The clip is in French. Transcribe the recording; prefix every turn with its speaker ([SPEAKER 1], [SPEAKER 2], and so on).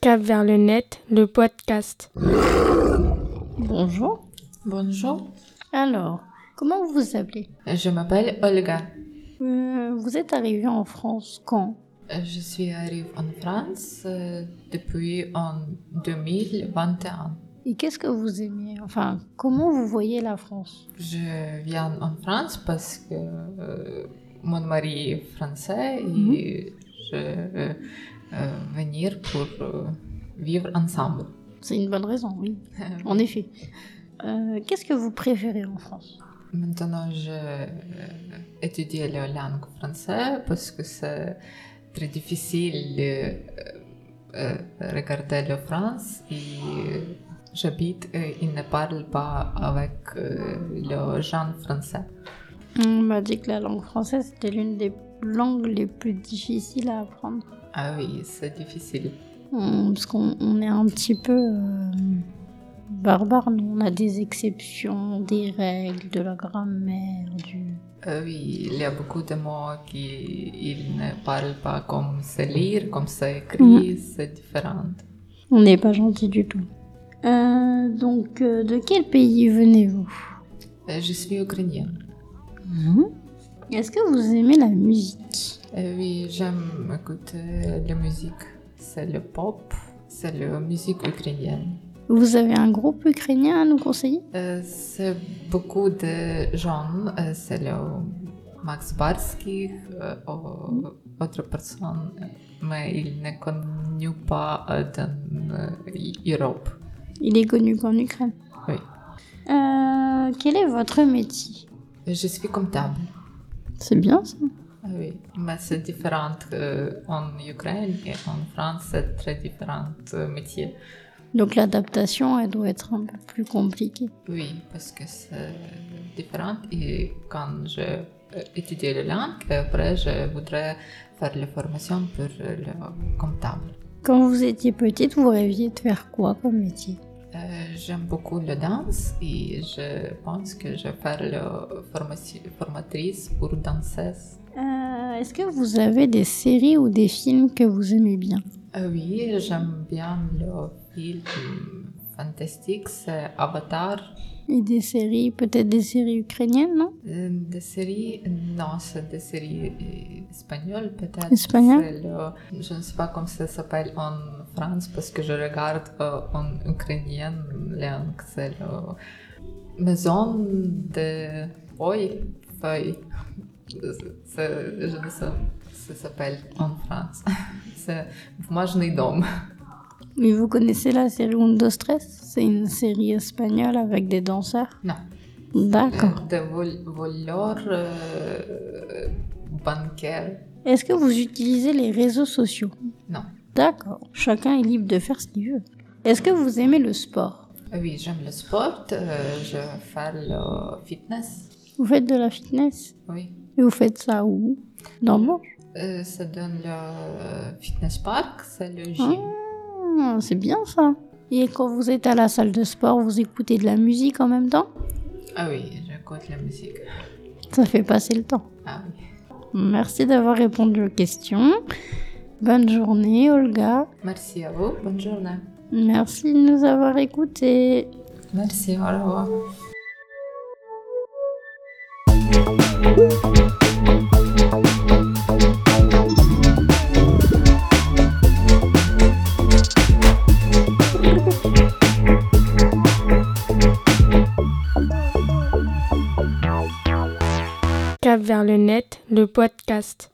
[SPEAKER 1] Cap vers le net, le podcast.
[SPEAKER 2] Bonjour.
[SPEAKER 3] Bonjour,
[SPEAKER 2] Alors, comment vous vous appelez
[SPEAKER 3] je m'appelle Olga.
[SPEAKER 2] Euh, Vous êtes arrivé en France quand
[SPEAKER 3] Euh, Je suis arrivée en France euh, depuis en 2021.
[SPEAKER 2] Et qu'est-ce que vous aimez Enfin, comment vous voyez la France
[SPEAKER 3] Je viens en France parce que euh, mon mari est français et je veux euh, venir pour euh, vivre ensemble.
[SPEAKER 2] C'est une bonne raison, oui. En effet. Euh, qu'est-ce que vous préférez en France
[SPEAKER 3] Maintenant, je euh, étudie la langue française parce que c'est très difficile de euh, euh, regarder la France et euh, j'habite et il ne parle pas avec euh, les gens français.
[SPEAKER 2] On m'a dit que la langue française c'était l'une des langues les plus difficiles à apprendre.
[SPEAKER 3] Ah oui, c'est difficile.
[SPEAKER 2] On- parce qu'on on est un petit peu euh, barbare, nous. On a des exceptions, des règles, de la grammaire, du.
[SPEAKER 3] Ah oui, il y a beaucoup de mots qui ils ne parlent pas comme c'est lire, comme c'est écrit, c'est différent.
[SPEAKER 2] On n'est pas gentil du tout. Euh, donc, euh, de quel pays venez-vous
[SPEAKER 3] Euh, Je suis ukrainienne.
[SPEAKER 2] Est-ce que vous aimez la musique
[SPEAKER 3] Euh, Oui, j'aime écouter la musique. C'est le pop, c'est la musique ukrainienne.
[SPEAKER 2] Vous avez un groupe ukrainien à nous conseiller
[SPEAKER 3] Euh, C'est beaucoup de gens, euh, c'est le Max Barsky, euh, ou autre personne, mais il n'est connu pas euh, dans l'Europe.
[SPEAKER 2] Il est connu qu'en Ukraine.
[SPEAKER 3] Oui.
[SPEAKER 2] Euh, quel est votre métier
[SPEAKER 3] Je suis comptable.
[SPEAKER 2] C'est bien ça.
[SPEAKER 3] Ah Oui, mais c'est différent euh, en Ukraine et en France, c'est très différent euh, métier.
[SPEAKER 2] Donc l'adaptation, elle doit être un peu plus compliquée.
[SPEAKER 3] Oui, parce que c'est différent et quand je euh, étudie la langue, après je voudrais faire la formation pour euh, le comptable.
[SPEAKER 2] Quand vous étiez petite, vous rêviez de faire quoi comme métier
[SPEAKER 3] Euh, J'aime beaucoup la danse et je pense que je vais faire la formation, formatrice pour danseuse.
[SPEAKER 2] Euh, Est-ce que vous avez des séries ou des films que vous aimez bien
[SPEAKER 3] Ah Oui, j'aime bien le film fantastique, c'est Avatar.
[SPEAKER 2] Et des séries, peut-être des séries ukrainiennes, non
[SPEAKER 3] Euh, Des séries, non, c'est des séries euh, espagnoles peut-être.
[SPEAKER 2] Espagnol?
[SPEAKER 3] C'est le- Je ne sais pas comment ça s'appelle en France parce que je regarde euh, en ukrainienne langue. C'est la maison de feuilles. feuilles. C'est- Je ne sais pas ça s'appelle en France. C'est бумажный дом.
[SPEAKER 2] Mais vous connaissez la série Undo Stress C'est une série espagnole avec des danseurs.
[SPEAKER 3] Non.
[SPEAKER 2] D'accord.
[SPEAKER 3] Euh, De vol- voleur euh, bancaire.
[SPEAKER 2] Est-ce que vous utilisez les réseaux sociaux
[SPEAKER 3] Non.
[SPEAKER 2] D'accord. Chacun est libre de faire ce qu'il veut. Est-ce que vous aimez le sport
[SPEAKER 3] Ah Oui, j'aime le sport. euh, je vais faire le fitness.
[SPEAKER 2] Vous faites de la fitness
[SPEAKER 3] Oui.
[SPEAKER 2] Et vous faites ça où Dans le monde
[SPEAKER 3] Euh, ça donne le fitness park, c'est le gym.
[SPEAKER 2] Ah, C'est bien ça. Et quand vous êtes à la salle de sport, vous écoutez de la musique en même temps
[SPEAKER 3] Ah oui, j'écoute la musique.
[SPEAKER 2] Ça fait passer le temps.
[SPEAKER 3] Ah oui.
[SPEAKER 2] Merci d'avoir répondu aux questions. Bonne journée, Olga.
[SPEAKER 3] Merci à vous. Bonne journée.
[SPEAKER 2] Merci de nous avoir écoutés.
[SPEAKER 3] Merci, au revoir.
[SPEAKER 1] Cap vers le net, le podcast.